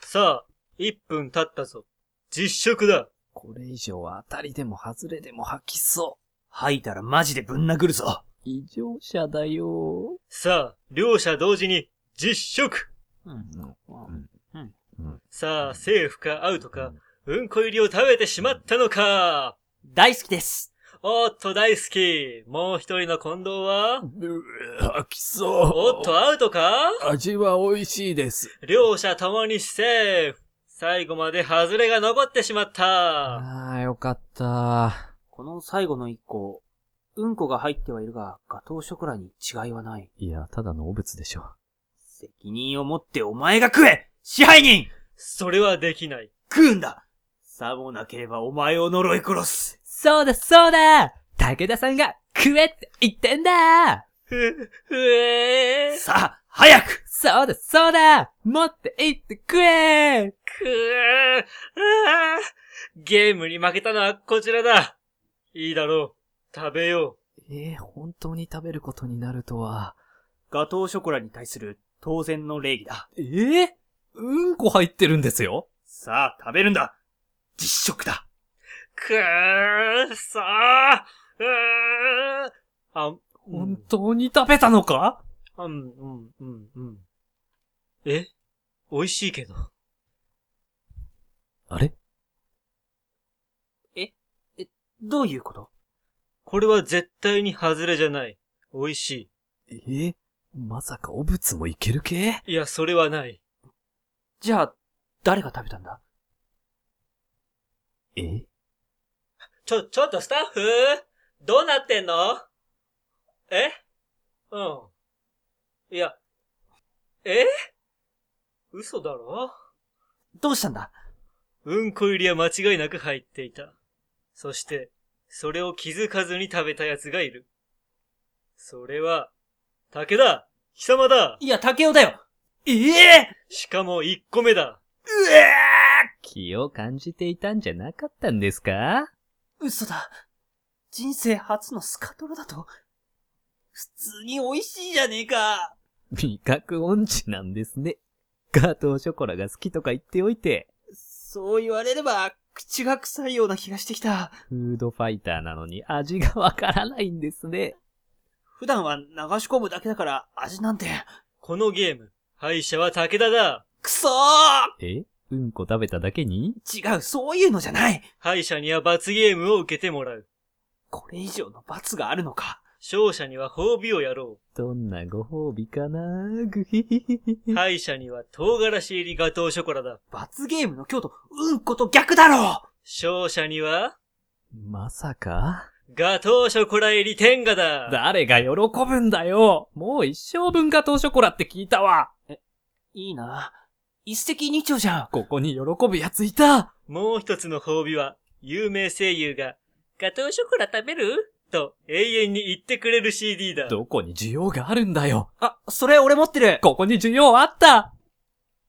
さあ、1分経ったぞ。実食だ。これ以上は当たりでも外れでも吐きそ吐いたらマジでぶん殴るぞ。う。異常者だよさあ、両者同時に、実食うん。さあ、セーフかアウトか、うんこ入りを食べてしまったのか大好きです。おーっと大好き。もう一人の近藤は吐きそう。おっとアウトか味は美味しいです。両者ともにセーフ。最後まで外れが残ってしまった。ああ、よかった。この最後の一個、うんこが入ってはいるが、ガトーショコラに違いはない。いや、ただの汚物でしょ。責任を持ってお前が食え支配人それはできない。食うんださもなければお前を呪い殺すそうだそうだ武田さんが食えって言ってんだふ、ふえー、さあ、早くそうだそうだ持って行って食えくーあーゲームに負けたのはこちらだ。いいだろう。食べよええ本当に食べることになるとは。ガトーショコラに対する当然の礼儀だ。ええうんこ入ってるんですよ。さあ、食べるんだ実食だう。くーさあうーあ、う本ん、当に食べたのか、あうん、うん、うん、うん。え美味しいけど。あれどういうことこれは絶対に外れじゃない。美味しええまさか汚物もいける系い。いや、それはない。じゃあ、誰が食べたんだえちょ、ちょっとスタッフどうなってんのえうん。いや、え嘘だろどうしたんだうんこ入りは間違いなく入っていた。そして、それを気づかずに食べた奴がいる。それは、竹だ貴様だいや、竹雄だよええしかも一個目だうえ気を感じていたんじゃなかったんですか嘘だ。人生初のスカトロだと、普通に美味しいじゃねえか。味覚音痴なんですね。ガトーショコラが好きとか言っておいて、そう言われれば、口が臭いような気がしてきた。フードファイターなのに味がわからないんですね。普段は流し込むだけだから味なんて。このゲーム、敗者は武田だくそえうんこ食べただけにー違う、そういうのじゃない敗者には罰ゲームを受けてもらう。これ以上の罰があるのか。勝者には褒美をやろどんなご褒美かなぐひひひひう。ひ。敗者には唐辛子入りガトーショコラだ。罰ゲームの京都、うんこと逆だろ勝者にはまさかガトーショコラ入り天下だ。誰が喜ぶんだよもう一生分ガトーショコラって聞いたわいいな。一石二鳥じゃん。ここに喜ぶやついたもう一つの褒美は、有名声優が、ガトーショコラ食べると永遠に言ってくれる CD だ。どこに需要があるんだよあ、それ俺持ってる。ここに需要あった